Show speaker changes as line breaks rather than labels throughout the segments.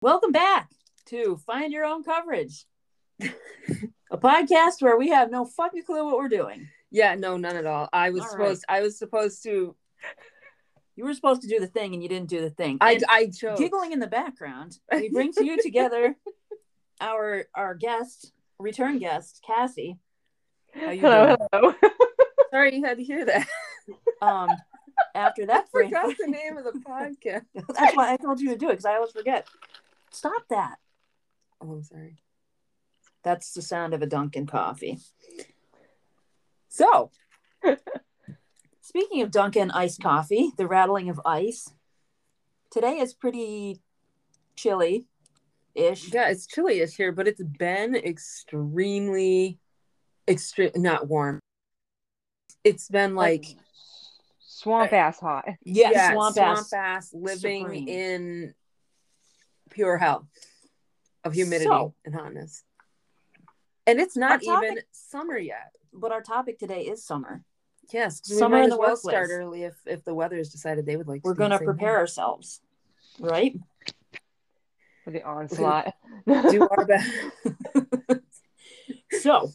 Welcome back to Find Your Own Coverage, a podcast where we have no fucking clue what we're doing.
Yeah, no, none at all. I was
All
supposed I was supposed to
You were supposed to do the thing and you didn't do the thing.
I
And
I chose
giggling in the background, we bring to you together our our guest, return guest, Cassie. How you
Hello, hello.
Sorry you had to hear that.
Um, after
I
that, brain-
forgot the name of the podcast.
that's why I told you to do it because I always forget. Stop that.
Oh, I'm sorry.
That's the sound of a Dunkin' coffee. So, speaking of Dunkin' iced coffee, the rattling of ice, today is pretty chilly ish.
Yeah, it's chilly-ish here, but it's been extremely extreme not warm. It's been like
uh,
Swamp ass hot.
Yes,
yeah,
swamp, ass.
ass living
supreme.
in pure hell of humidity
So-
and hotness. And it's
Our
not
topic-
even summer yet.
But our topic today is summer.
Yes, 'cause we
Summer
might
in
as
the
well start
workplace.
early if, if the weather has decided they would like.
We're
do the
going to
same
prepare
thing.
ourselves, right?
for the onslaught.
do our best.
So,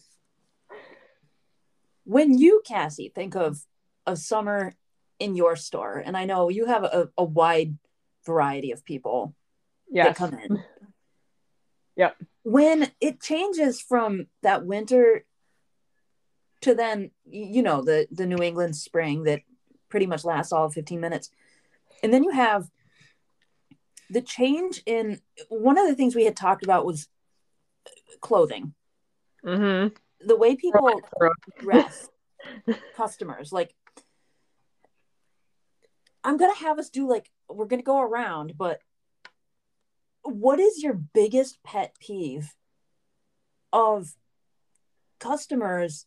when you, Cassie, think of a summer in your store, and I know you have a, a wide variety of people that
yes.
come in.
Yep.
When it changes from that winter to then, y- you know, the the New England spring that pretty much lasts all of 15 minutes. And then you have the change in one of the things we had talked about was clothing.
Mm-hmm.
The way people dress customers like i'm gonna have us do like we're gonna go around but what is your biggest pet peeve of customers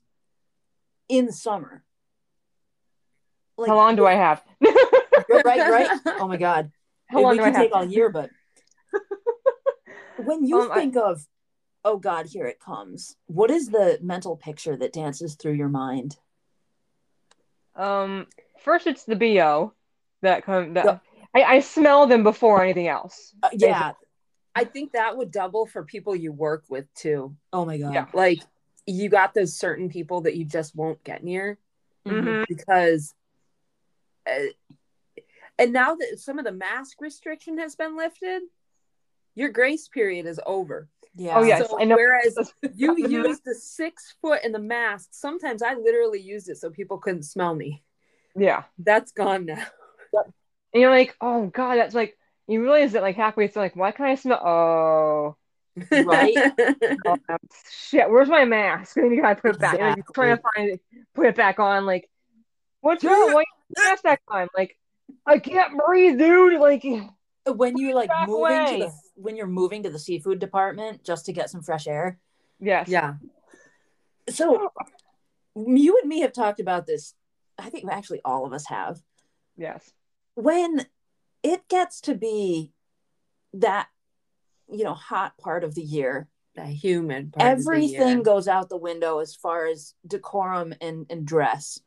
in summer like
How long do I have?
right right oh my god
How long
we
do I
can
have?
take all year but when you
Um, I-
think of oh god here it comes what is the mental picture that dances through your mind
Um, first it's the bo that come. That,
Yeah.
I, I smell them before anything else.
Uh, yeah
I think that would double for people you work with too.
oh my god
Yeah.
Like you got those certain people that you just won't get near
Mm-hmm.
Mhm.
because. Uh, and now that some of the mask restriction has been lifted, your grace period is over.
Yeah.
Oh yes,
So
I know.
whereas you
Mm-hmm.
Mhm.
used the six foot and the mask, sometimes I literally used it so people couldn't smell me.
yeah,
That's gone now.
and you're like, oh god, that's like. You realize that like halfway through, like, why can I smell? Oh,
Right?
oh, shit! Where's my mask? And you gotta put it back. You're, like, trying to
Exactly.
find it, put it back on. Like, what's wrong? Why you put the mask back on? Like, I can't breathe, dude. Like,
When you like
Back
moving to the
away.
when you're moving to the seafood department just to get some fresh air.
yes,
yeah.
So
Oh.
you and me have talked about this. I think actually all of us have.
yes.
When it gets to be that you know hot part of the year,
The human part of the
everything
year.
goes out the window as far as decorum and and dress.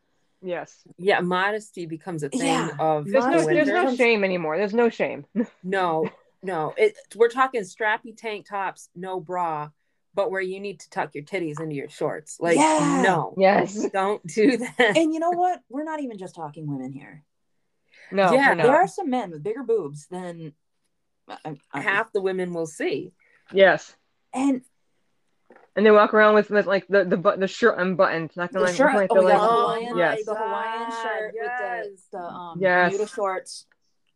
Yes.
yeah modesty becomes a thing
Yeah.
of
There's no,
the
there's
winter.
no shame anymore. There's no shame.
no no it, we're talking strappy tank tops no bra but where you need to tuck your titties into your shorts like
Yeah.
no
Yes.
don't do that
And you know what? We're not even just talking women here.
No.
Yeah,
Yeah.
There are some men with bigger boobs than uh, I, I,
half the women will see
Yes.
and
And they walk around with, with like the, the bu- the shirt unbuttoned. Not
The
gonna like,
shirt-
like,
oh my
they're like
God,
yes.
Hawaiian, the Hawaiian
God,
shirt with
yes.
the, the um
Yes.
Bermuda shorts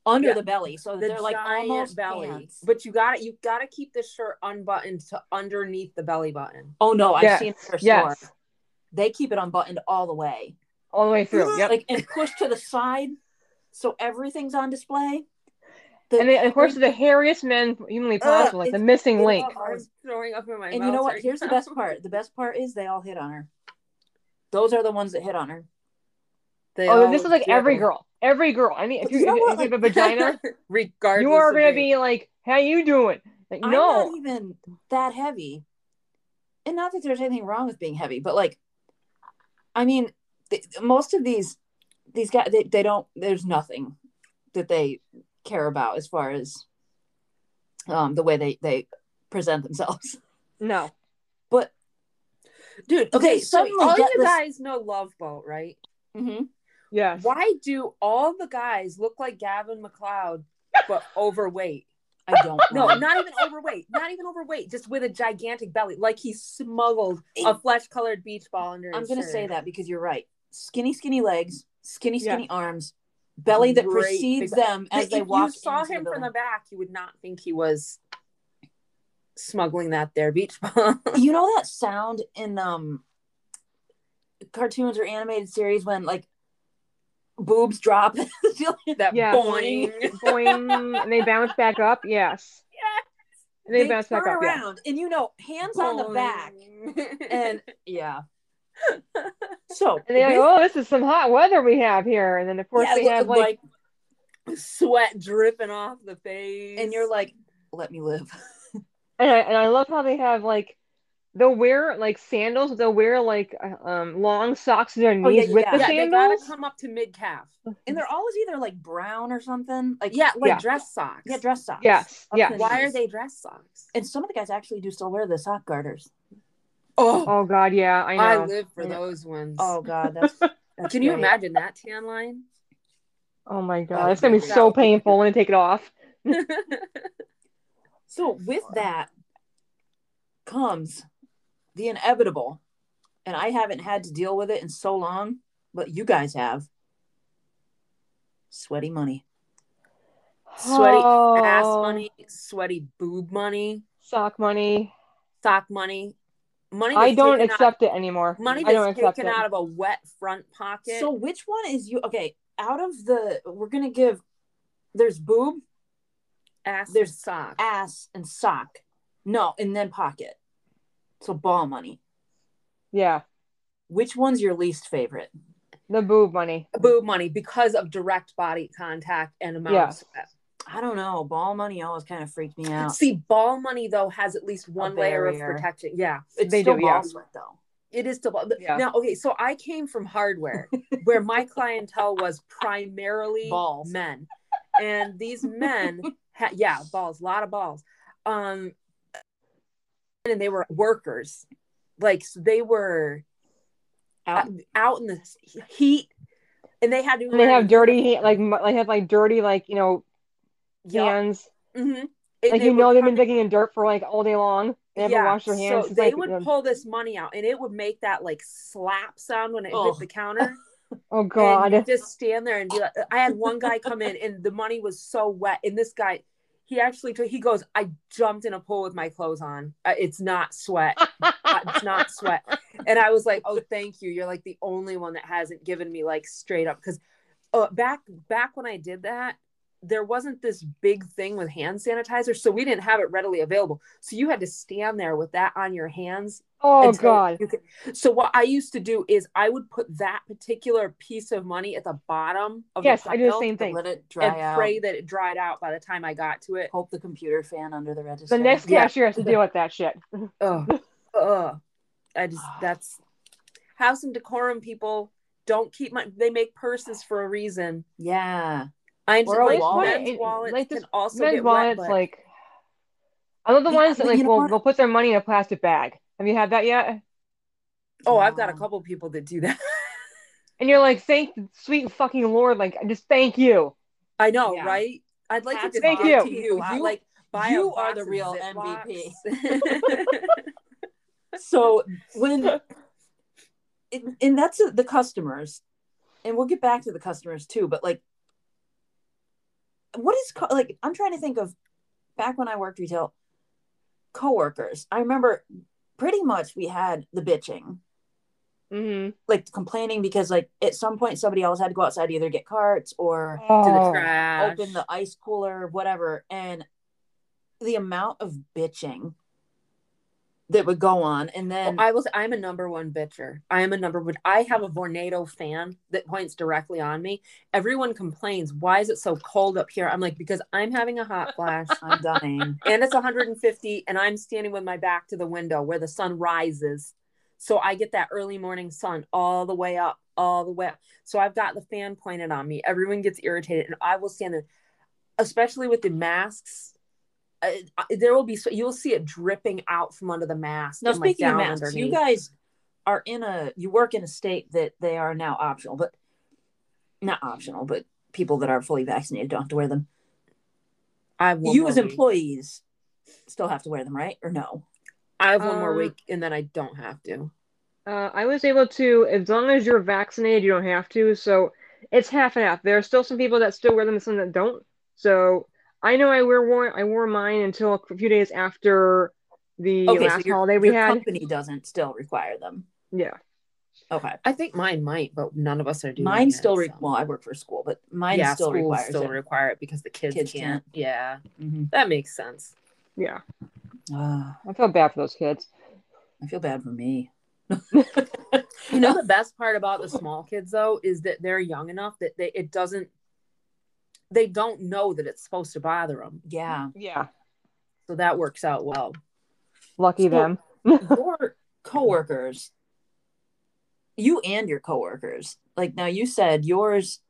under
Yeah.
the belly, so that
the
they're like
giant
almost
belly
pants.
but you gotta you gotta keep the shirt unbuttoned to underneath the belly button
oh no, I've
Yes,
seen it for
yes.
sure. They keep it unbuttoned all the way,
All the way through. Yep.
like and pushed to the side, so everything's on display. The-
and they, of course, the hairiest men humanly possible, like the
uh, it's-
missing
it's
link.
all-
i'm throwing up in my
and
mouth
you know what?
right
Here's the
now.
best part. The best part is they all hit on her. Those are the ones that hit on her.
They
Oh,
all
this is like
do.
every girl. Every girl. I mean, if
But you
you, if
know
you
what,
if you have a vagina,
regardless
you are
of
gonna
age.
be like, "How you doing?" Like,
I'm
no.
not even that heavy. And not that there's anything wrong with being heavy, but like, I mean, th- most of these these guys they, they don't. There's nothing that they care about as far as um, the way they they present themselves.
No.
But
Dude,
Okay,
okay, so
suddenly
all
get
you
this-
guys know Love Boat, right?
mhm.
Yes.
Why do all the guys look like Gavin McLeod but overweight?
I don't
No,
know.
not even overweight. Not even overweight. Just with a gigantic belly, like he smuggled a flesh-colored beach ball under.
I'm
his
gonna
shirt.
say that because you're right. Skinny, skinny legs, skinny,
Yeah.
skinny arms, belly that
Great
precedes
big-
them as
But
they
if
walk.
you saw
into the
him from
building.
the back, you would not think he was smuggling that there beach ball.
you know that sound in um cartoons or animated series when like boobs drop
that
Yeah.
boing.
Boing, and they bounce back up. Yes. And they, bounce back
turn
up. Yeah.
around and you know hands on the back
Boing.
and yeah so
And they're
with-
like, oh, this is some hot weather we have here. And then, of course,
yeah,
they have
like,
like,
sweat dripping off the face,
and you're like let me live
and I, and I love how they have like, they'll wear like sandals. They'll wear like uh, um long socks to their
Oh, yeah,
knees with
yeah.
the
yeah, they gotta
sandals.
come up to mid calf.
and they're always either like brown or something like
Yeah, like
Yeah.
dress socks.
yeah dress socks
Yes,
Up
yes.
to the
Why are
knees.
they dress socks?
and some of the guys actually do still wear the sock garters
Oh,
oh God, yeah, I
I,
know.
live for
I know.
those ones.
oh god that's, that's
Can you
great.
imagine that tan line?
oh my
Oh,
God, it's gonna be
my
so
God.
painful when they take it off.
So with that comes the inevitable, and I haven't had to deal with it in so long, but you guys have. Sweaty money.
Sweaty ass
Oh,
money, sweaty boob money,
sock money.
sock money, money.
I
that's
don't
taken out-
accept it anymore.
money
I don't
that's
accept
taken
it.
out of a wet front pocket.
So which one is you? Okay, out of the we're gonna give. There's boob,
ass
there's
and sock.
ass, and sock. No, and then pocket. So ball money.
Yeah,
Which one's your least favorite?
the boob money.
boob money because of direct body contact and amount
Yeah.
of sweat.
I don't know. Ball money always kind of freaked me out.
See, ball money though has at least one layer of
barrier.
protection. Yeah,
It's
they
still
do,
ball
yeah.
sweat though.
it is still ball. but-
Yeah.
Now, okay, so I came from hardware, where my clientele was primarily
Balls.
men, and these men, ha- yeah, balls, a lot of balls, um, and they were workers, like so they were
Out-
out in the heat, and they had to.
And they have dirty, like mu- they have like dirty, like you know,
Yeah.
hands.
Mhm. And
Like
they
you
would
know, they've been
come-
digging in dirt for like all day long. They haven't washed their hands.
So
It's
they
like,
would
um,
pull this money out and it would make that like slap sound when it
Ugh.
hit the counter.
oh
and
God,
you'd just stand there and be like, I had one guy come in and the money was so wet. And this guy, he actually took, he goes, I jumped in a pool with my clothes on. Uh, It's not sweat. Uh, It's not sweat. And I was like, oh, thank you. You're like the only one that hasn't given me like straight up. Cause uh, back, back when I did that, there wasn't this big thing with hand sanitizer. So we didn't have it readily available. So you had to stand there with that on your hands
oh
until
God.
you could- so what I used to do is I would put that particular piece of money at the bottom of
Yes,
the
I do the
pile
same thing.
Let it dry
and
out.
pray that it dried out by the time I got to it.
Hope the computer fan under the register.
The next
Yeah.
cashier has to deal with that shit.
Ugh, ugh. I just that's have some decorum, people. Don't keep my. They make purses for a reason.
Yeah.
I
Or a
like
wallet.
men's
It-
wallets
like
can
this
also
Men's
get wet,
wallets,
but
like I love the
Yeah,
ones that
but
like
you know
will
what?
will put their money in a plastic bag. Have you had that yet?
oh, I've got a
Yeah.
couple people that do that.
And you're like, thank sweet fucking Lord, like just thank you.
I know,
Yeah.
right? I'd like
Hats
to just
Thank
give
you.
to you.
Wow.
like buy a
you are
box
the
of
real
Ziplocs.
So when and, and that's the customers, and we'll get back to the customers too. But like, what is co- like? I'm trying to think of back when I worked retail. Coworkers, I remember pretty much we had the bitching,
Mm-hmm.
like complaining because like at some point somebody else had to go outside to either get carts or
to the
Oh,
trash.
open the ice cooler, whatever, and the amount of bitching that would go on, and then
I was I'm a number one bitcher. I am a number one. I have a Vornado fan that points directly on me. Everyone complains, why is it so cold up here? I'm like, because I'm having a hot flash
I'm dying.
and it's 150 and I'm standing with my back to the window where the sun rises. So I get that early morning sun all the way up, all the way up. So I've got the fan pointed on me. Everyone gets irritated and I will stand there, especially with the masks. uh, uh, there will be swe- you'll see it dripping out from under the mask.
Now,
and, like,
speaking of
down
masks, you
underneath.
guys are in a you work in a state that they are now optional, but not optional, but people that are fully vaccinated don't have to wear them.
I have one
you
more
as
week.
employees still have to wear them, right? Or no?
I have one
uh,
more
Um,
week, and then I don't have to.
Uh, I was able to, as long as you're vaccinated, you don't have to. So it's half and half. There are still some people that still wear them and some that don't. So I know I wear wore I wore mine until a few days after the
Okay, so
last
your,
holiday we
your
had.
company doesn't still require them.
Yeah.
Okay,
I think mine might, but none of us are doing.
mine
it,
still re-
so.
well. I work for a school, but mine
yeah,
still
schools
requires
still
it.
require it because the kids,
Kids
can't.
can't.
Yeah,
Mhm.
that makes sense.
Yeah.
Ah,
I felt bad for those kids.
I feel bad for me.
You know, the best part about the small kids though is that they're young enough that they it doesn't. They don't know that it's supposed to bother them,
Yeah,
Yeah.
so that works out well.
Lucky
So-
them.
your coworkers, you and your coworkers. Like now, you said yours.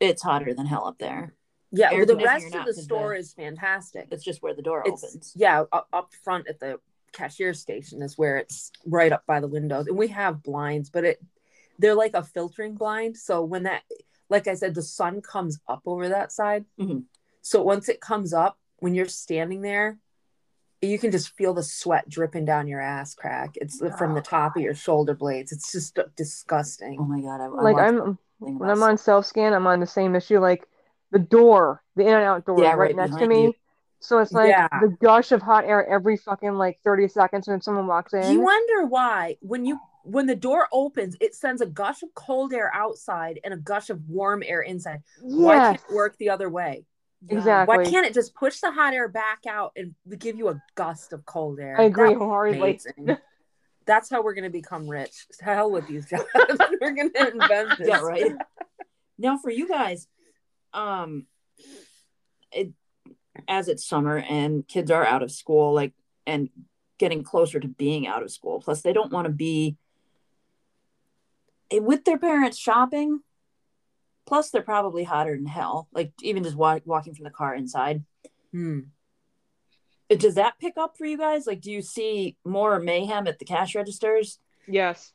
It's hotter than hell up there.
Yeah,
Air
well, the
conditioner
rest
not
of the
is
store
the-
is fantastic.
It's just where the door
it's
opens.
yeah u- up front at the cashier station is where it's right up by the windows and we have blinds but it they're like a filtering blind so when that like i said the sun comes up over that side
Mhm.
so once it comes up when you're standing there you can just feel the sweat dripping down your ass crack it's from the top of your shoulder blades it's just disgusting
Oh my god! I, I
Like
watched
I'm
something about
when I'm on self scan, I'm on the same issue. Like the door, the in and out door, is
Yeah, right
right, next to
behind you.
me. So it's like
Yeah.
the gush of hot air every fucking like 30 seconds when someone walks in.
You wonder why when you when the door opens, it sends a gush of cold air outside and a gush of warm air inside. Why can't
Yes.
it work the other way?
Yeah.
Exactly.
Why can't it just push the hot air back out and give you a gust of cold air?
I agree
That'd be
wholeheartedly.
amazing. That's how we're gonna become rich. To hell with these jobs. we're gonna invent this.
yeah right now for you guys um it, as it's summer and kids are out of school like and getting closer to being out of school plus they don't want to be eh, with their parents shopping plus they're probably hotter than hell like even just wa- walking from the car inside
Hmm.
Eh, does that pick up for you guys like do you see more mayhem at the cash registers
Yes.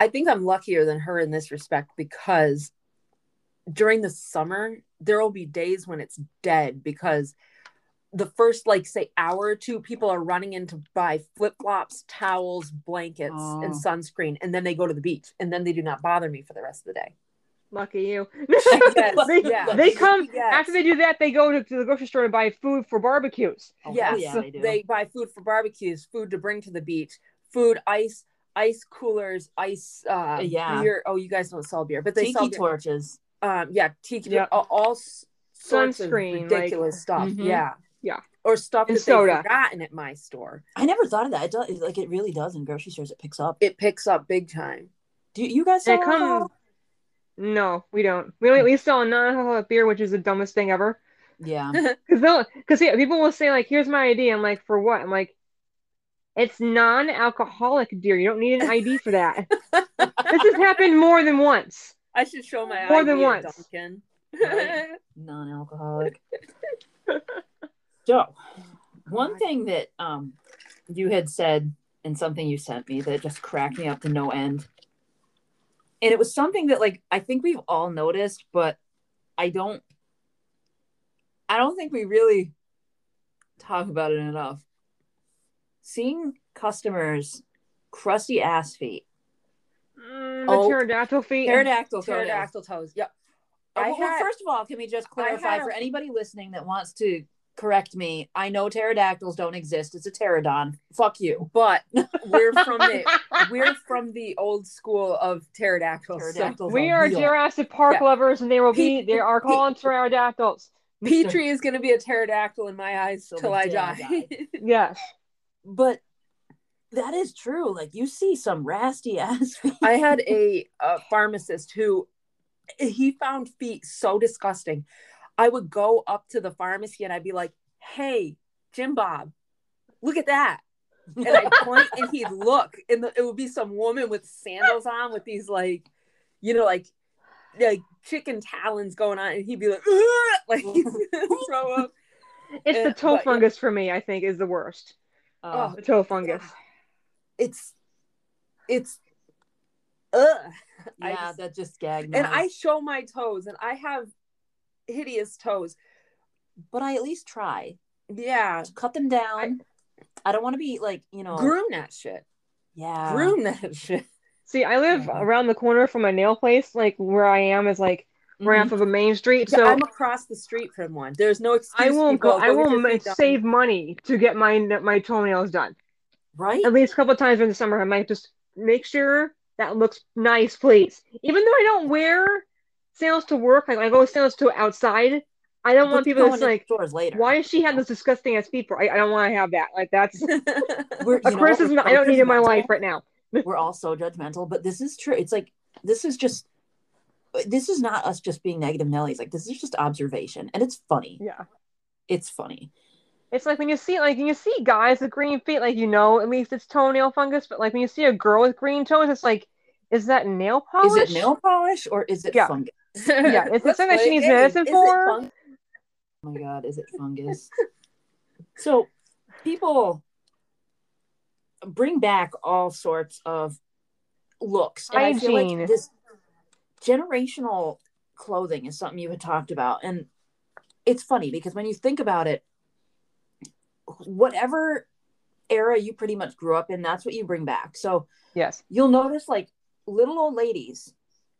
I think I'm luckier than her in this respect because during the summer, there will be days when it's dead because the first, like, say, hour or two, people are running in to buy flip flops, towels, blankets, and
Oh.
sunscreen. And then they go to the beach and then they do not bother me for the rest of the day.
Lucky you.
Yes,
they,
yeah.
they come
Yes.
after they do that, they go to, to the grocery store to buy food for barbecues.
Oh,
Yes,
yeah they do
They buy food for barbecues, food to bring to the beach, food, ice, ice coolers, ice, uh,
Yeah.
beer. Oh, you guys don't sell beer, but they sell
tiki
beer.
torches
um yeah tiki
Yeah.
all, all s- sorts
Sunscreen,
of
like- mm-hmm.
ridiculous stuff
Mhm.
yeah
Yeah.
or stuff
And
that they've
soda.
forgotten at my store
i never thought of that it does like it really does in grocery stores it picks up
it picks up big time
Do you guys
They
sell
come-
alcohol?
No, we don't. We only, we sell non-alcoholic beer, which is the dumbest thing ever.
Yeah.
Because they'll, because yeah, people will say like, "Here's my ID." I'm like, "For what?" I'm like, "It's non-alcoholic beer. You don't need an ID for that." this has happened more than once.
i should show my
More
ID
than
at
once.
Dunkin'.
Right. Non-alcoholic. so, one thing that um you had said and something you sent me that just cracked me up to no end. And it was something that like I think we've all noticed, but I don't I don't think we really talk about it enough. Seeing customers crusty ass feet,
Mm, the
Oh.
pterodactyl feet.
pterodactyl, pterodactyl
pterodactyl toes yep
I
I
Oh, well,
had-
first of all, can we just clarify
had a-
for anybody listening that wants to correct me? I know pterodactyls don't exist. It's a pterodon. Fuck you.
but we're from the we're from the old school of pterodactyls so
Pterodactyls
we are
real.
Jurassic Park
Yeah.
lovers, and they will be.
Pe-
They are calling pterodactyls.
petrie is going to be a pterodactyl in my eyes
Till
till,
the
i
day I
die
Yes.
But that is true. Like you see some rasty ass.
I had a, a pharmacist who he found feet so disgusting. I would go up to the pharmacy and I'd be like, "Hey, Jim Bob, look at that," and I'd point and he'd look, and the, it would be some woman with sandals on with these like, you know, like like chicken talons going on, and he'd be like, "Ugh," like he'd throw up.
It's the
Uh,
toe
but-
fungus for me, I think, is the worst.
Uh,
The toe fungus.
It's it's ugh. I
yeah,
just-
that just gagged me.
and I show my toes and I have hideous toes.
but I at least try
Yeah.
to cut them down. I, don't want to be like you know.
Oh.
Groom that shit.
yeah.
Groom that shit.
See, I live
Yeah.
around the corner from my nail place. Like where I am is like right
Mhm.
off of a main street.
So
So
I'm across the street from one. There's no excuse.
I will
people.
go. I
get
will
your
ma-
feet done.
save money to get my my toenails done.
Right.
At least a couple of times during the summer, I might just make sure that looks nice, please. Even though I don't wear sandals to work, like I go with sandals to outside. I don't want
But
people
going
that's
to
like,
stores later.
why does she have those disgusting ass feet? For I, I don't want to have that. Like that's
We're, you
a
know what?
criticism
We're
I don't
so
need in my
judgmental.
life right now.
We're all so judgmental, but this is true. It's like this is just this is not us just being negative Nellies. Like this is just observation, and it's funny.
Yeah,
It's funny.
it's like when you see like when you see guys with green feet, like you know at least it's toenail fungus. But like when you see a girl with green toes, it's like, is that nail polish?
Is it nail polish or is it
Yeah.
fungus?
Yeah, it's
Let's
something that she
play a
needs
game.
medicine
Is it
for.
fun-
Oh my god, is it fungus? so people bring back all sorts of looks. And I feel
Hygiene.
like this generational clothing is something you had talked about. And it's funny because when you think about it, whatever era you pretty much grew up in, that's what you bring back. So
Yes.
you'll notice like little old ladies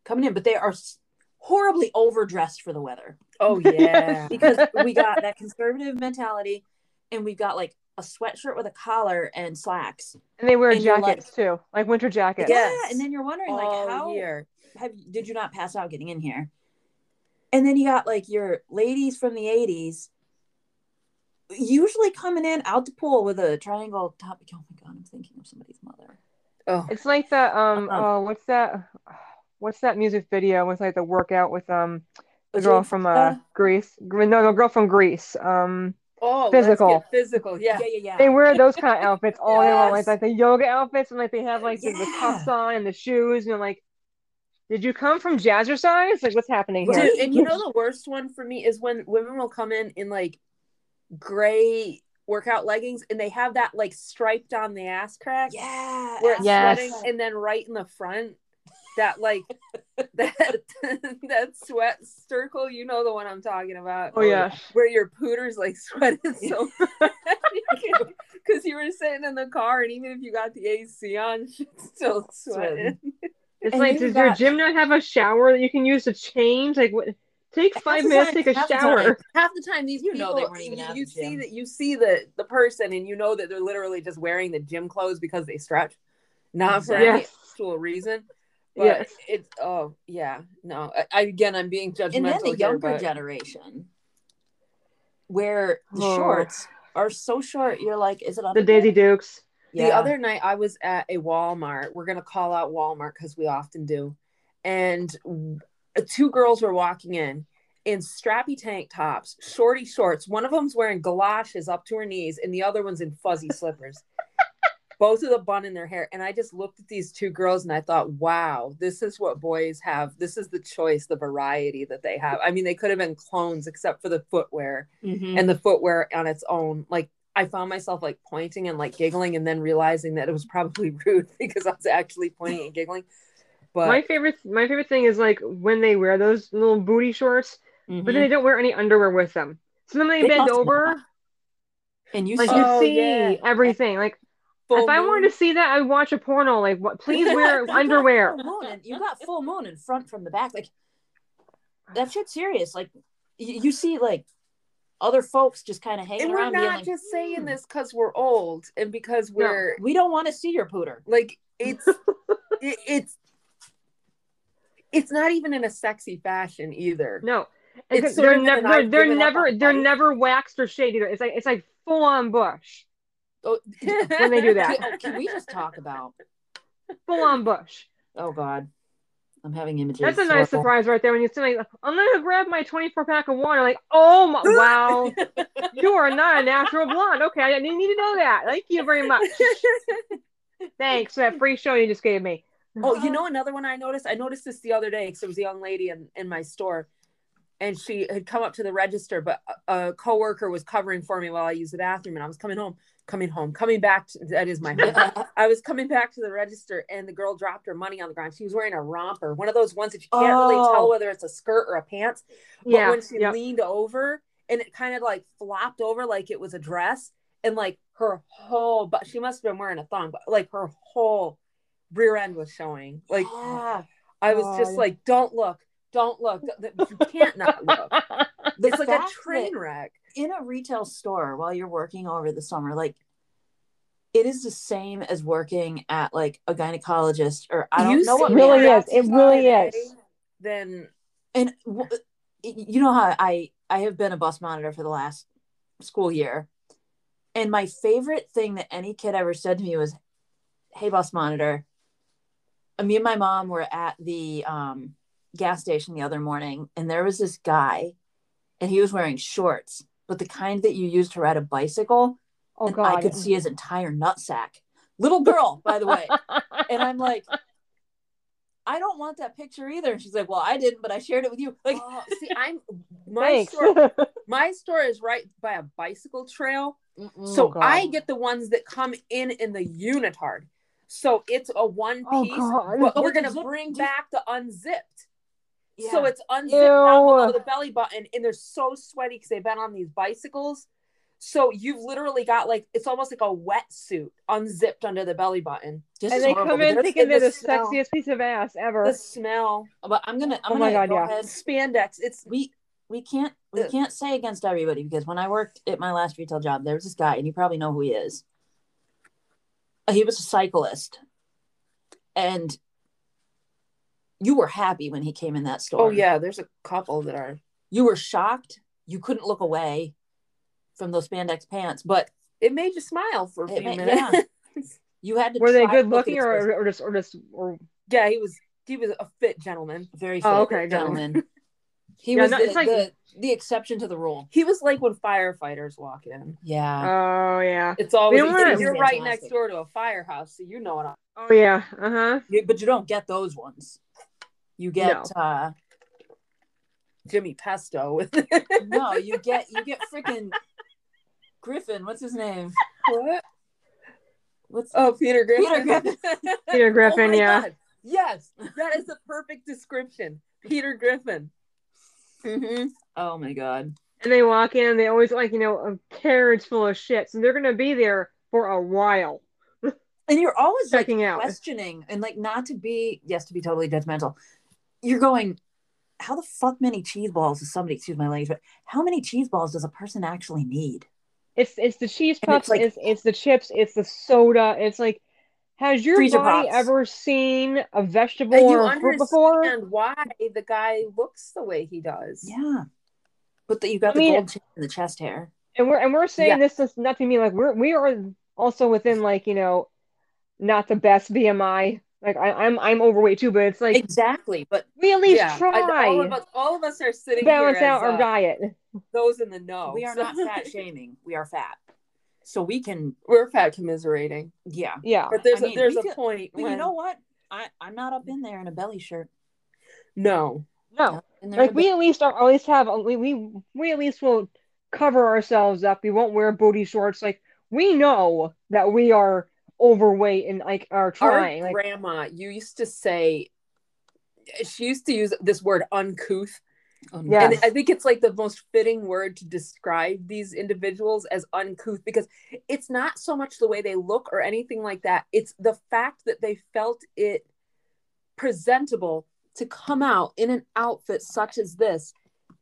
coming in, but they are s- horribly overdressed for the weather
Oh yeah.
because we got that conservative mentality and we've got like a sweatshirt with a collar and slacks.
And they wear
And you're like-
jackets too, like winter jackets.
Yeah.
Yeah. And then you're wondering like
All
how
year.
have did you not pass out getting in here? And then you got like your ladies from the 80s usually coming in out the pool with a triangle top. Oh my god, I'm thinking of somebody's mother.
Oh.
It's like that um
Uh-huh.
oh what's that what's that music video? It's like the workout with um the girl from uh Greece. Gre- No, the girl from Greece. Um
Oh,
Physical.
Let's get physical. Yeah.
yeah, yeah, yeah.
they wear those kind of outfits all day long, like,
Yes.
like the yoga outfits and like they have like the, the cuffs
Yeah.
on and the shoes and I'm like did you come from jazzercise? Like what's happening here?
Right.
Dude, and you know the worst one for me is when women will come in in like gray workout leggings and they have that like striped on the ass crack
Yeah.
where it's
Yes.
sweating and then right in the front that like that that sweat circle you know the one I'm talking about
Oh yeah.
where your pooter's like sweating so because you were sitting in the car and even if you got the AC on it's still sweating
Sweating.
It's
And
like
you've
does your
got-
gym not have a shower that you can use to change? Like what take five
the
minutes,
time-
take a
half the
shower.
time.
half the time these
You
people
know they weren't even
you,
at
you
the
see
gym.
that you see the the person and you know that they're literally just wearing the gym clothes because they stretch not for any
Yes.
actual reason but
Yes.
it's oh yeah no I, I- again i'm being judgmental
and then the
here,
younger
but-
generation where the
Oh.
shorts are so short you're like is it on
The Daisy Dukes.
The other night I was at a Walmart. We're going to call out Walmart because we often do. And w- two girls were walking in in strappy tank tops, shorty shorts. One of them's wearing galoshes up to her knees, and the other one's in fuzzy slippers. Both with a bun in their hair. And I just looked at these two girls and I thought, wow, this is what boys have. This is the choice, the variety that they have. I mean, they could have been clones except for the footwear
Mhm.
Mm-hmm.
and the footwear on its own like i found myself like pointing and like giggling and then realizing that it was probably rude because i was actually pointing and giggling but
my favorite my favorite thing is like when they wear those little booty shorts
mm-hmm.
but then
Mhm.
they don't wear any underwear with them so then they,
They
bend
must
over
not. and you
like
saw-
Oh,
you see
yeah.
everything like
full
if i
moon-
wanted to see that i'd watch a porno like what please wear
You got
underwear
full moon and you got full moon in front from the back like that shit's serious like you, you see like other folks just kind of hanging
and we're
around being
not
like,
just saying
"Hmm,
this because we're old and because we're
we don't want to see your pooter
like it's it, it's it's not even in a sexy fashion either
no And
It's sort
they're
of
never
an I've
they're, they're
given up
never
on
they're
life.
never waxed or shaved either it's like it's like full on bush
oh,
when they do that.
oh,
can, can we just talk about
full on bush
oh god i'm having images
that's a nice
Horrible.
surprise right there when you see like i'm gonna grab my 24 pack of water like oh my, wow you are not a natural blonde okay i didn't need to know that thank you very much Thanks for that free show you just gave me.
Oh, you know another one I noticed? I noticed this the other day because there was a young lady in, in my store and she had come up to the register, but a, a coworker was covering for me while I used the bathroom, and I was coming home, coming home, coming back. To, that is my home. I was coming back to the register, and the girl dropped her money on the ground. She was wearing a romper, one of those ones that you can't really
Oh.
tell whether it's a skirt or a pants. But
Yeah,
when she
yep.
leaned over, and it kind of like flopped over like it was a dress, and like her whole, but she must have been wearing a thong, but like her whole rear end was showing. Like
yeah.
I was just
God.
like, don't look, don't look. You can't not look. It's like a
fact
train
that-
wreck.
in a retail store while you're working over the summer, like it is the same as working at like a gynecologist or I don't
You
know what
see
really
more
is. It
outside
really is.
Then
And w- you know how I I have been a bus monitor for the last school year, and my favorite thing that any kid ever said to me was, "Hey, bus monitor." And Me and my mom were at the um, gas station the other morning, and there was this guy, and he was wearing shorts, but the kind that you use to ride a bicycle.
oh
and
God.
I could see his entire nutsack. Little girl, by the way. And I'm like, I don't want that picture either. And she's like, Well, I didn't, but I shared it with you. Like,
oh, see, I'm my
Thanks.
store. My store is right by a bicycle trail,
Oh,
so I get the ones that come in in the unitard. So it's a one
Oh
piece,
God.
but
Oh,
we're
with the
gonna
zip-
bring
do you-
back the unzipped.
yeah.
So it's unzipped
Ew.
down below the belly button, and they're so sweaty because they've been on these bicycles. So you've literally got like it's almost like a wetsuit unzipped under the belly button.
this
and
is
they
horrible,
come
but
in
there's-
thinking they're the
the smell.
sexiest piece of ass ever.
The smell,
but I'm gonna, I'm
Oh my
gonna
God,
go
yeah.
ahead.
spandex. It's
We, we can't, we
Ugh.
can't say against everybody because when I worked at my last retail job, there was this guy, and you probably know who he is. He was a cyclist, and you were happy when he came in that store.
oh yeah, there's a couple that are.
you were shocked. You couldn't look away from those spandex pants, but
It made you smile for a
It
few
ma-
minutes. Yeah.
you had to.
Were they
try to
good
look at
looking
his face.
or, or just or just or
he was he was a fit gentleman.
very fit
Oh, okay, got it.
gentleman. He
Yeah,
was
no,
the,
it's like-
the, the exception to the rule.
He was like when firefighters walk in.
Yeah.
oh yeah.
It's always
don't wanna-
you're right
Fantastic.
next door to a firehouse, so you know what I'm.
Oh yeah. Uh-huh.
You- but you don't get those ones. You get uh
Jimmy Pesto with
no, you get you get freaking Griffin. What's his name?
what?
What's
Oh, Peter Griffin.
Peter Griffin.
Peter
Oh
Griffin,
my
yeah.
God. Yes, that is the perfect description. Peter Griffin.
Mm-hmm.
Mhm. Oh my god.
And they walk in and they always like, you know, a carriage full of shit. So they're gonna be there for a while.
And you're always like
Checking out.
questioning and like not to be yes to be totally judgmental. You're going how the fuck many cheese balls does somebody excuse my language but how many cheese balls does a person actually need?
It's it's the cheese
And it's
puffs,
like-
it's it's the chips, it's the soda, it's like has your
Freezer
body
pops.
ever seen a vegetable
And you
or a fruit before?
understand why the guy looks the way he does.
Yeah. But that you got
I
the
mean-
gold chain and the chest hair.
And we're and we're saying
Yeah.
this is not to mean like we're we are also within like, you know, not the best BMI. Like I, I'm I'm overweight too, but it's like
exactly. But
we at least
Yeah, I-
try
all, of us, all of us are
to
sitting
balance
here
out
as,
our
uh,
diet.
those in the know.
we are
So-
not fat shaming. We are fat. So we can,
We're fat commiserating,
yeah.
Yeah.
but there's
I
a,
mean,
there's
we
a
could-
point
But
when
you know what? I, I'm not up in there in a belly shirt.
no,
No.
In there in
Oh. Like
a
we at least are always have uh, we we we at least will cover ourselves up. We won't wear booty shorts. Like we know that we are overweight and like are trying.
our
Like
grandma used to say. She used to use this word uncouth,
belly- oh, no.
Yeah.
and I think it's like the most fitting word to describe these individuals as uncouth because it's not so much the way they look or anything like that. It's the fact that they felt it presentable to come out in an outfit such as this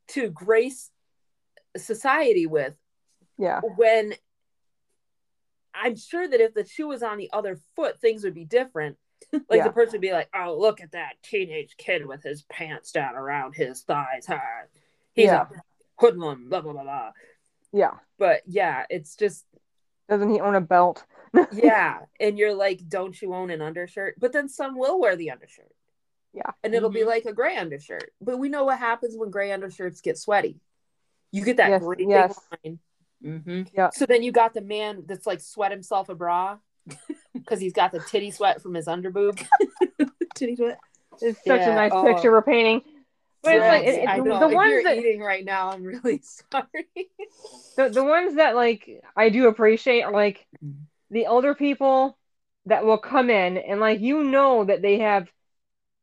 to grace society with
yeah.
when I'm sure that if the shoe was on the other foot, things would be different. Like
Yeah.
the person would be like, "Oh, look at that teenage kid with his pants down around his thighs. Huh? He's
Yeah.
a hoodlum." Blah blah blah blah.
Yeah.
But yeah, it's just
Doesn't he own a belt?
yeah, and you're like, "Don't you own an undershirt?" But then some will wear the undershirt.
Yeah. Mm-hmm.
and it'll be
Mhm.
like a gray undershirt. But we know what happens when gray undershirts get sweaty. You get that
Yes,
great big
yes.
line.
Mhm.
So then you got the man that's like sweat himself a bra because he's got the titty sweat from his underboob.
Titty sweat.
It's such a
Yeah,
nice
oh.
picture we're painting. But it's like
Yes,
it, it-
I
the,
know.
the
If
ones
you're
that
eating right now, I'm really sorry.
the, the ones that like I do appreciate are like the older people that will come in and like you know that they have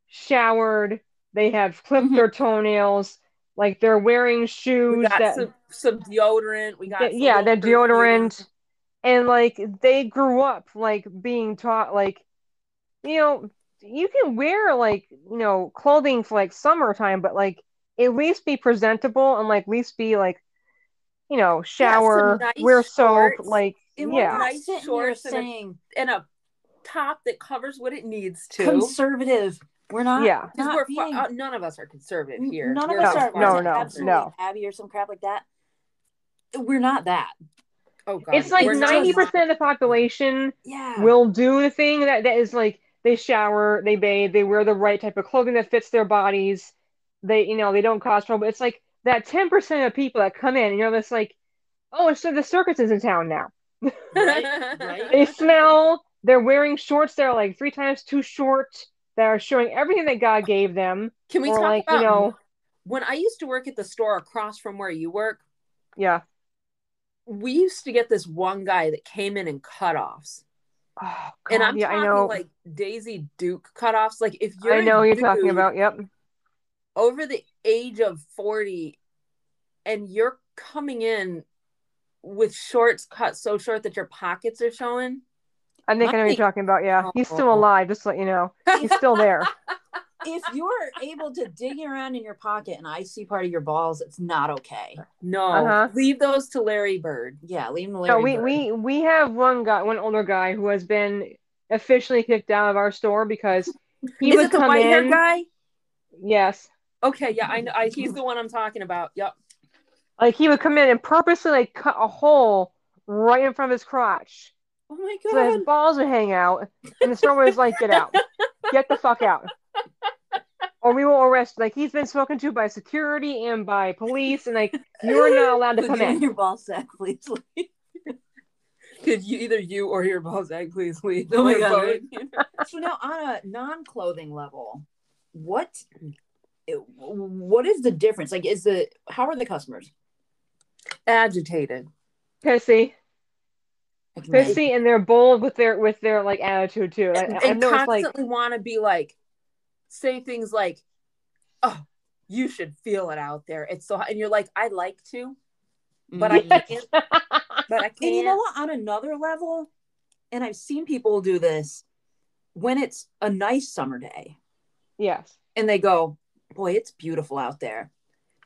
showered, they have clipped
Mhm.
their toenails, like they're wearing shoes
Mm-hmm. we got
that
some, some deodorant. We got
that-
some
yeah, that
little perfume.
deodorant and like they grew up like being taught like you know you can wear like you know clothing for like summertime but like at least be presentable and like at least be like you know shower
nice
wear soap
shorts.
like
And we're not
yeah
Nice
sitting here
shorts and a-
saying
and a top that covers what it needs to.
conservative. We're not.
yeah
'Cause
Not
we're fu-
being-
uh, none of us are conservative here.
None of
We're
us
so
are.
far
No,
from
we're
no,
that.
absolutely
no.
Abby or some crap like that. We're not that.
Oh, God.
it's like
We're not-
90% of the population
Yeah.
will do the thing that, that is like they shower, they bathe, they wear the right type of clothing that fits their bodies. They, you know, they don't cause trouble. It's like that 10% of people that come in, you know, that's like, oh, so the circus is in town now.
Right, right.
They smell, they're wearing shorts that are like three times too short, that are showing everything that God gave them.
Can we
or
talk
like,
about
you know,
when I used to work at the store across from where you work?
yeah.
We used to get this one guy that came in in cutoffs,
Oh,
and
God,
I'm
yeah,
talking
I know.
like Daisy Duke cutoffs. Like if you're
I know
a
what you're talking
dude
about. Yep.
over the age of forty, and you're coming in with shorts cut so short that your pockets are showing.
I think I know what
Right.
you're talking about. Yeah. He's still
Oh.
alive, just to let you know. He's still there.
if you're able to dig around in your pocket and I see part of your balls, it's not okay.
No,
Uh-huh.
leave those to Larry Bird.
Yeah, leave them
No,
alone.
we, we we have one guy, one older guy who has been officially kicked out of our store because he
Is
would
it the
come
white haired
in.
guy?
Yes,
Okay, yeah, I know. I, he's the one I'm talking about. Yep.
like he would come in and purposely like cut a hole right in front of his crotch
Oh my
so
god.
his balls would hang out, and the store was like, "Get out, get the fuck out." Or we will arrest. Like he's been spoken to by security and by police, and like you're not allowed to
Put
come
you in
in.
your ball sack, please.
Could you either you or your Balzac please leave?
Oh my
Or
God.
both, you know?
so now on a non-clothing level, what what is the difference? Like is the how are the customers?
Agitated.
Pissy,
I can relate.
pissy, and they're bold with their with their like attitude too. I,
And,
I
and
know it's like.
constantly want to be like, say things like, oh, you should feel it out there. It's so, hot." and you're like, I'd like to, but I
Mhm.
can't. But I can't.
And you know what? On another level, and I've seen people do this when it's a nice summer day
Yes.
and they go, Boy, it's beautiful out there.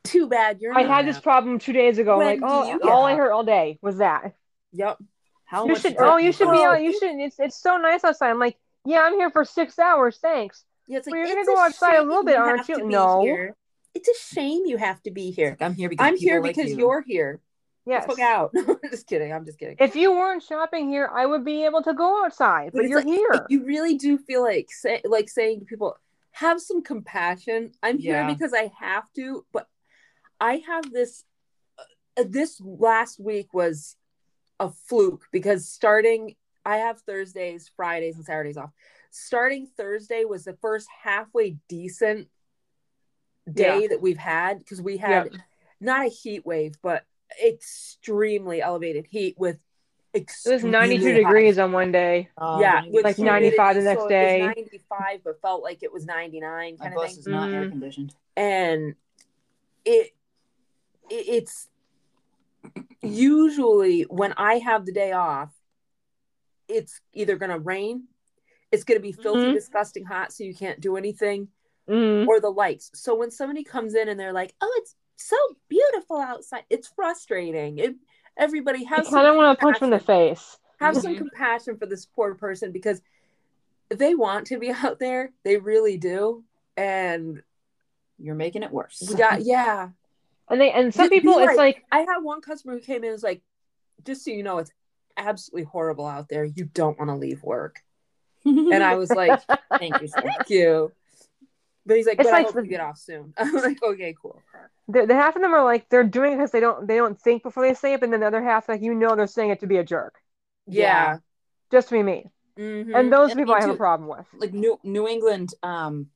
Too bad you're
I
not.
had this problem two days ago.
When
like,
do
oh,
you-
all I heard all day was that.
Yep.
How
you
much
should,
dirt
oh, you should be
grows.
out. You should. It's, it's so nice outside. I'm like, yeah, I'm here for six hours. Thanks.
Yeah, it's like,
Well, you're
it's
gonna go outside a
shame
little bit, aren't
have
you?
to be
No.
here. It's a shame you have to be here.
I'm here because
I'm
people
here
like
because
you.
you. are here.
Yes.
Fuck out. just kidding. I'm just kidding.
If you weren't shopping here, I would be able to go outside. But,
it's
you're
like,
here.
You really do feel like say, like saying to people, have some compassion. I'm here
Yeah.
because I have to, but I have this. Uh, this last week was a fluke because starting, I have Thursdays, Fridays, and Saturdays off. Starting Thursday was the first halfway decent day that we've had because we had not a heat wave, but extremely elevated heat with.
It was 92
extremely hot
degrees on one day.
Oh,
yeah,
my
with
Um, like
goodness.
90 95 the
humidity,
next
so
day.
It was 95, but felt like it was 99
My
kind
bus
of
is
thing. Mm-hmm.
not
Mm.
air conditioned.
And it, it it's usually when I have the day off, it's either going to rain, it's going to be filthy,
Mhm.
disgusting hot, so you can't do anything,
Mm.
or the lights. So when somebody comes in and they're like, "Oh, it's so beautiful outside," it's frustrating. It, everybody
I
has
kind of want to punch him in the face.
have some
Mm-hmm.
Mhm.
compassion for this poor person because they want to be out there they really do and
You're making it worse.
we got yeah
And they and some
Be- be
people, it's like,
i had one customer who came in and was like just so you know it's absolutely horrible out there you don't want to leave work and i was like
thank you. Sir.
thank you but he's like
It's
but i
like
hope
the-
you get off soon i'm like okay cool
the, the half of them are like they're doing it because they don't they don't think before they say it, and then the other half like you know they're saying it to be a jerk,
yeah,
just to be mean.
Mhm.
And those
And
people
me
I have a
too.
problem with.
Like New New England, um,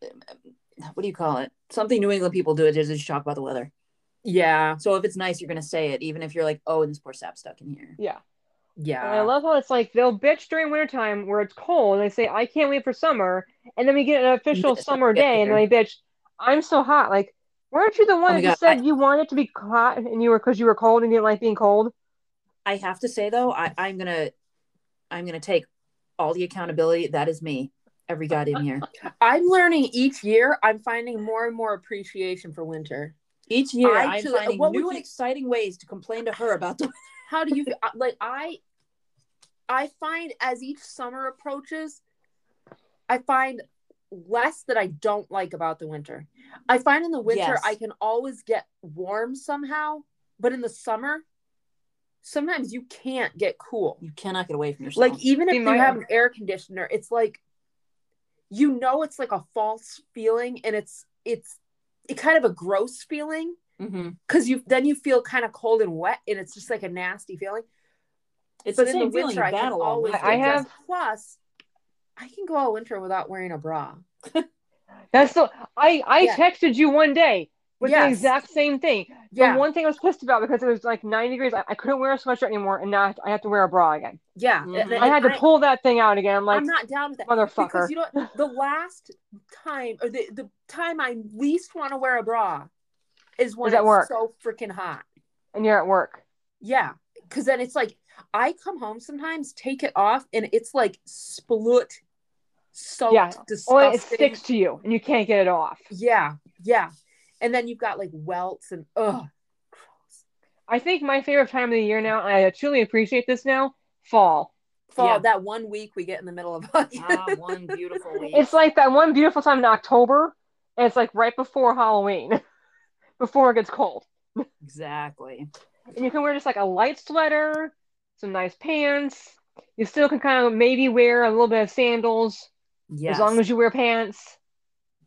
what do you call it? Something New England people do it is just talk about the weather.
Yeah.
So if it's nice, you're gonna say it, even if you're like, oh, this poor sap stuck in here.
Yeah. And I
Yeah.
love how it's like they'll bitch during wintertime where it's cold and they say, I can't wait for summer. And then we get an official
Yeah,
summer
yeah,
day and they bitch, I'm so hot. Like, weren't you
Oh
the
my
one that just
God,
said you wanted it to be hot and you were because you were cold and you didn't like being cold?
I have to say though, I, I'm gonna I'm gonna take all the accountability. That is me. Every goddamn year.
I'm learning each year. I'm finding more and more appreciation for winter.
Each year
I
I'm
too-
finding
what would
new and
you-
exciting ways to complain to her about the
How do you feel? uh, like? I I find as each summer approaches, I find less that I don't like about the winter. I find in the winter
Yes.
I can always get warm somehow, but in the summer, sometimes you can't get cool.
you cannot get away from yourself.
Like even if
See,
you
my-
have an air conditioner, it's like you know it's like a false feeling and it's it's it kind of a gross feeling
Mhm.
because you then you feel kind of cold and wet and it's just like a nasty feeling.
it's
but
the
in the
same feeling
winter
you
I can
battle all
always
winter.
I
adjust.
have-
plus I can go all winter without wearing a bra.
That's so I, I
Yeah.
texted you one day with the
Yes.
exact same thing.
Yeah.
The one thing I was pissed about because it was like 90 degrees. I, I couldn't wear a sweatshirt anymore and now I have to wear a bra again.
yeah.
Mhm.
and- and
Mm-hmm. I had to
I-
pull that thing out again. I'm like,
I'm not down with that.
motherfucker.
Because you know the last time or the, the time I least want to wear a bra is when
Is at
it's
work.
so freaking hot.
and you're at work.
Yeah, because then it's like I come home sometimes, take it off, and it's like split, soaked,
Yeah.
disgusting.
Or it sticks to you and you can't get it off.
Yeah, yeah, and then you've got like welts and ugh, gross.
I think my favorite time of the year now, and I truly appreciate this now, fall.
Fall
Yeah.
that one week we get in the middle of August.
ah, one beautiful week.
It's like that one beautiful time in October, and it's like right before Halloween, before it gets cold.
exactly.
And you can wear just like a light sweater, some nice pants. You still can kind of maybe wear a little bit of sandals
Yes.
as long as you wear pants.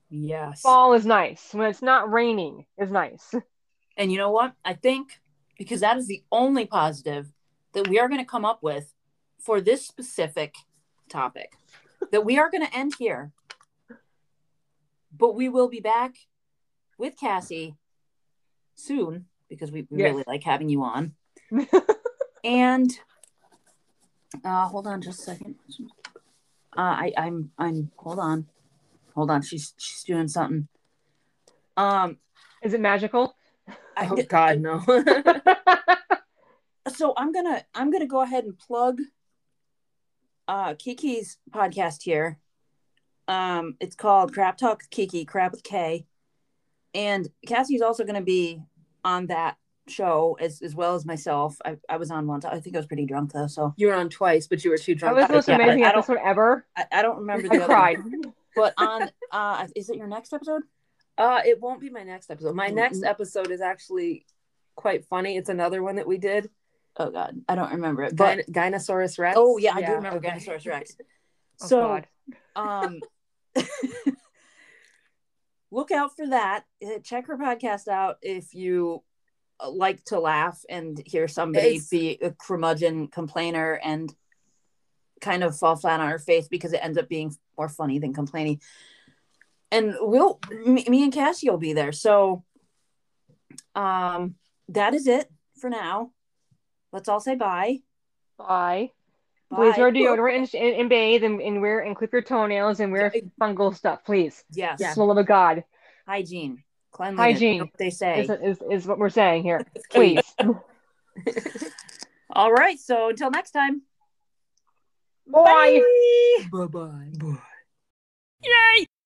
yes.
Fall is nice. When it's not raining, is nice.
And you know what? I think because that is the only positive that we are going to come up with for this specific topic, that we are going to end here. But we will be back with Cassie soon because we we
Yes.
really like having you on. and uh, hold on just a second. Uh, I, I'm I'm hold on, hold on. She's she's doing something. Um,
Is it magical?
I,
oh God, no.
so i'm gonna i'm gonna go ahead and plug uh kiki's podcast here um it's called crap talk with kiki crap with k and cassie's also gonna be on that show as as well as myself i, I was on one time i think i was pretty drunk though so
you were on twice, but you were too
That
drunk.
was the most
Yeah,
amazing
I don't- Oh,
episode ever.
i, I don't remember the
I
other
cried.
one. but on uh is it your next episode
Uh, it won't be my next episode. My next
Mm-mm.
episode is actually quite funny. It's another one that we did.
oh god i don't remember it but
Gyn- Gynosaurus Rex.
oh yeah, i do remember
okay.
Ganosaurus rex
Oh,
so
God.
um look out for that Uh, check her podcast out if you uh, like to laugh and hear somebody
It's-
be a curmudgeon complainer and kind of fall flat on her face because it ends up being more funny than complaining and we'll me, me and cassie will be there so um that is it for now let's all say bye
Bye.
bye
Please wear deodorant and, and, and bathe and, and wear and clip your toenails and wear fungal stuff, please.
yes
Yeah.
For the love of God,
hygiene cleanliness
Hygiene.
what they say
is, is, is what we're saying here.
It's key.
Please.
All right. So until next time.
Bye.
Bye bye.
Yay.